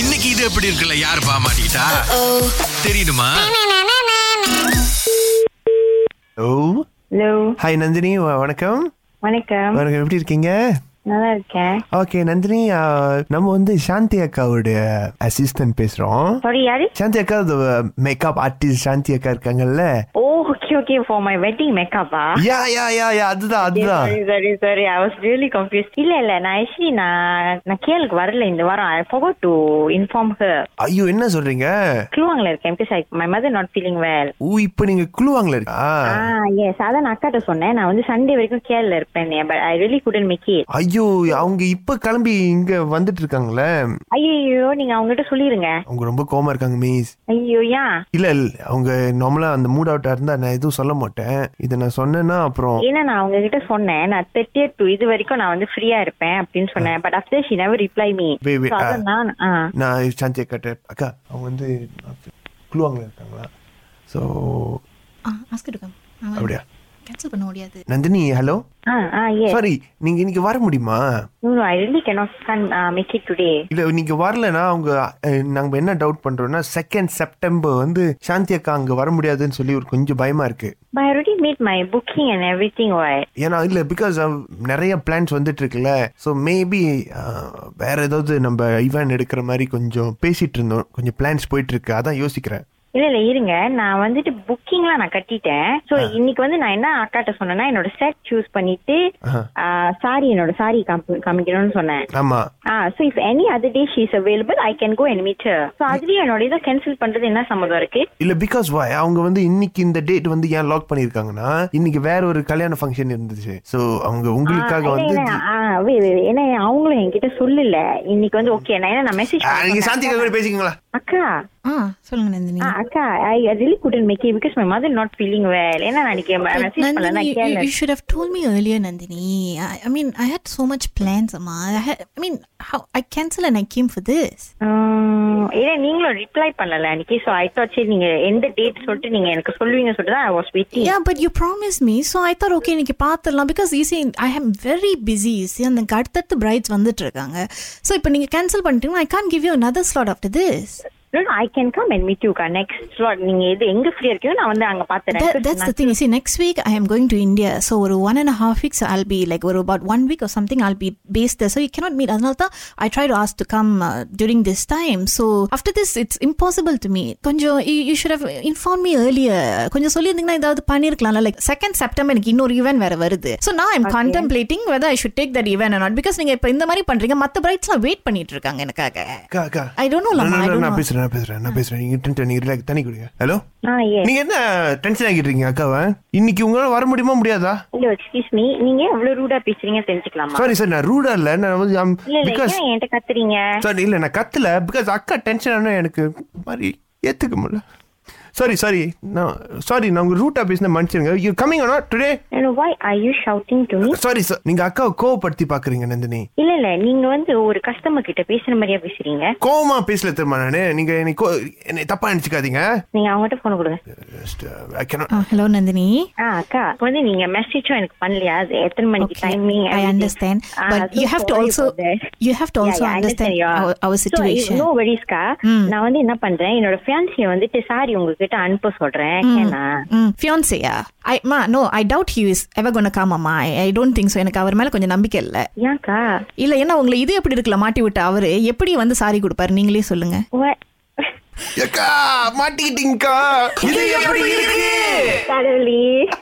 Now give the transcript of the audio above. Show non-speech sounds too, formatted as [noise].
இன்னைக்கு இது எப்படி இருக்குல்ல யார் பாமாட்டா தெரியுமா ஓ ஹலோ ஹாய் நந்தினி வ- வணக்கம் வணக்கம் வணக்கம் எப்படி இருக்கீங்க நல்லா இருக்கேன் ஓகே நந்தினி ஆ, நம்ம வந்து சாந்தி அக்காவோட அசிஸ்டன்ட் பேசுறோம் சாரி யாரு சாந்தி அக்கா மேக்கப் ஆர்டிஸ்ட் சாந்தி அக்கா இருக்காங்கல்ல ஓ okay okay for my wedding மேக்கப்பா யா யா யா யா அதுதான் அதுதான் sorry sorry sorry I was really confuse இல்ல இல்ல நான் ஆக்சுவலி நான் நான் கேளுக்கு வரல இந்த வாரம் I forgot to inform her ஐயோ என்ன சொல்றீங்க க்ளூவாங்கல இருக்கேன் because I my mother not feeling well ஓ இப்போ நீங்க குழுவாங்களா இருக்கா ஆ எஸ் அதான் நான் அக்காட்ட சொன்னேன் நான் வந்து சண்டே வரைக்கும் கேள்ல இருப்பேன் but I really couldn't make it ஐயோ அவங்க இப்ப கிளம்பி இங்க வந்துட்டு இருக்காங்களே ஐயோ நீங்க அவங்ககிட்ட சொல்லிருங்க அவங்க ரொம்ப கோமா இருக்காங்க மிஸ் ஐயோ ஏன் இல்ல இல்ல அவங்க நார்மலா அந்த மூட் அவுட்டா இருந்தா நான் எதுவும் சொல்ல மாட்டேன் இதை நான் சொன்னேன்னா அப்புறம் ஏன்னா நான் அவங்க கிட்ட சொன்னேன் நான் தேர்ட்டி டூ இது வரைக்கும் நான் வந்து ஃப்ரீயா இருப்பேன் அப்படின்னு சொன்னேன் but after she never reply me Oh. Wait, wait, ah. So ah, அதான் நான் ஆ நான் சாந்தி அக்காட்ட அக்கா அவங்க வந்து குழுவாங்களா இருக்காங்களா ஸோ ஆ ஆஸ்கர் இருக்காங்க அவன் அப்படியா கேன்சல் பண்ண முடியாது நந்தினி ஹலோ ஆ ஆ எஸ் சாரி நீங்க இன்னைக்கு வர முடியுமா no I really cannot can uh, make it today இல்ல நீங்க வரலனா அவங்க அஹ், நாங்க என்ன டவுட் பண்றோம்னா செகண்ட் செப்டம்பர் வந்து சாந்தி அக்கா அங்க வர முடியாதுன்னு சொல்லி ஒரு கொஞ்சம் பயமா இருக்கு but I already made my booking and everything right ஏன்னா இல்ல பிகாஸ் நிறைய பிளான்ஸ் வந்துட்டு இருக்குல்ல ஸோ மேபி uh, வேற ஏதாவது நம்ம ஈவென்ட் எடுக்கிற மாதிரி கொஞ்சம் பேசிட்டு இருந்தோம் கொஞ்சம் பிளான்ஸ் போயிட்டு இருக்கு அதான் யோசிக்கிறேன் இல்ல இல்ல இருங்க நான் வந்துட்டு புக்கிங்லாம் நான் கட்டிட்டேன் சோ Ah. இன்னைக்கு வந்து நான் என்ன அக்காட்ட சொன்னேன்னா என்னோட செட் சூஸ் பண்ணிட்டு ஆஹா. சாரி என்னோட சாரி காமிக்கணும்னு சொன்னேன் Ah, ஆமா ஆ so if any other day she is available I can go and meet her Hmm. So அதுலயே என்னோட இதை கேன்சல் பண்றது என்ன சம்மதம் இருக்கு இல்ல பிகாஸ் வாய் அவங்க வந்து இன்னைக்கு இந்த டேட் வந்து ஏன் லாக் பண்ணிருக்காங்கன்னா இன்னைக்கு வேற ஒரு கல்யாண ஃபங்க்ஷன் இருந்துச்சு சோ அவங்க உங்களுக்காக ஆ, வந்து இல்ல, இல்ல, ஆ, wait, wait, wait. ஏன்னா அவங்களும் என்கிட்ட சொல்லல இன்னைக்கு வந்து ஓகே நான் ஏன்னா நான் மெசேஜ் ஆ, நீங்க சாந்தி அக்கா கூட பேசிக்கீங்களா அக்கா ஆ சொல்லுங்க நந்தினி ஆ, அக்கா I really couldn't make it because my mother not feeling well ஏன்னா நான் இன்னைக்கு மெசேஜ் பண்ணல Nandini, நான் you, you கேளு should have told me earlier, Nandini. I, I mean, I had so much plans, Amma. I, had, I mean, how I cancelled and I came for this. உம், ஏன்னா நீங்களும் reply பண்ணல அன்னைக்கு so I thought சரி நீங்க எந்த date சொல்லிட்டு நீங்க எனக்கு சொல்லுவீங்க சொல்லிட்டு தான் I was waiting Yeah, but you promised me, so I thought, okay, இன்னைக்கு பார்த்துடலாம் because easy I am very busy easy அந்த அடுத்தடுத்து பிரைட்ஸ் வந்துட்டு இருக்காங்க ஸோ இப்போ நீங்கள் கேன்சல் பண்ணிட்டீங்கன்னா I can give you another slot after this. I can come and meet யூக்கா நெக்ஸ்ட் ஸ்லாட் நீங்க எது எங்க ஃப்ரீயா இருக்கீங்க நான் வந்து அங்க That, that's the பாத்துறேன் thing. You see, next week I am going to India. So, ஒரு one and a half weeks I'll be like, or about one week or something, I'll be based there. So, you cannot meet. Another, I try to ask to come uh, during this time. So, after this, it's impossible to meet. கொஞ்சம் you, you should have informed me earlier. கொஞ்சம் சொல்லியிருந்தீங்கன்னா ஏதாவது பண்ணியிருக்கலாம்ல like second September எனக்கு இன்னொரு event வேற வருது. So, now I'm contemplating whether I should take that event or not. Because நீங்க இப்போ இந்த மாதிரி பண்றீங்க மற்ற பிரைட்ஸ்லாம் வெயிட் பண்ணிட்டு இருக்காங்க எனக்காக. அக்கா அக்கா I don't know, Lama. நான், I நான், don't நான் know. பேசுறேன் நான் பேசுறேன் நான் பேசுறேன் நீங்க டென்ட் நீங்க ரிலாக்ஸ் தண்ணி குடிங்க ஹலோ ஆ ஏ நீங்க என்ன டென்ஷன் ஆகிட்டு இருக்கீங்க அக்காவை இன்னைக்கு உங்களால வர முடியுமா முடியாதா இல்ல எக்ஸ்கியூஸ் மீ நீங்க எவ்வளவு ரூடா பேசுறீங்க தெரிஞ்சுக்கலாமா சாரி சார் நான் ரூடா இல்ல நான் வந்து இல்ல இல்ல பிகாஸ் ஏன் என்கிட்ட கத்துறீங்க சாரி இல்ல நான் கத்தல பிகாஸ் அக்கா டென்ஷன் ஆனா எனக்கு ஒரு மாதிரி ஏத்துக்க முடியல சாரி சாரி நான் சாரி நான் உங்க ரூட்டா பேசின மன்னிச்சிருங்க யூ கமிங் ஆனா today And why are you shouting to me sorry sir நீங்க அக்காவை கோவப்படுத்தி பாக்குறீங்க நந்தினி இல்ல இல்ல நீங்க வந்து ஒரு கஸ்டமர் கிட்ட பேசுற மாதிரியா பேசுறீங்க கோவமா பேசல திரும்ப நானு நீங்க என்னை கோ- என்னை தப்பா நினைச்சுக்காதீங்க நீங்க அவங்ககிட்ட போன் கொடுங்க Just, uh, I cannot Ah, hello, Nandini. ஆ அக்கா இப்ப வந்து நீங்க மெசேஜும் எனக்கு பண்ணலையா அது எத்தனை மணிக்கு Okay, timing I understand. Ah, But you have to also you have to also understand our, our eh, situation. No வரிஸ்கா Mm. நான் வந்து என்ன பண்றேன் என்னோட ஃபியான்சிய வந்துட்டு சாரி உங்ககிட்ட அனுப்ப சொல்றேன் ஏன்னா Mm, fiance, yeah. I ma no, I doubt he is ever gonna come, அம்மா. I, I don't think so. எனக்கு அவர் மேல கொஞ்சம் நம்பிக்கை இல்ல ஏன்க்கா இல்ல ஏன்னா உங்களை இது எப்படி இருக்குல்ல மாட்டி விட்டு அவரு எப்படி வந்து சாரி கொடுப்பாரு நீங்களே சொல்லுங்க What? [laughs] அக்கா மாட்டிக்கிட்டீங்கக்கா இது எப்படி இருக்கு கடவுளே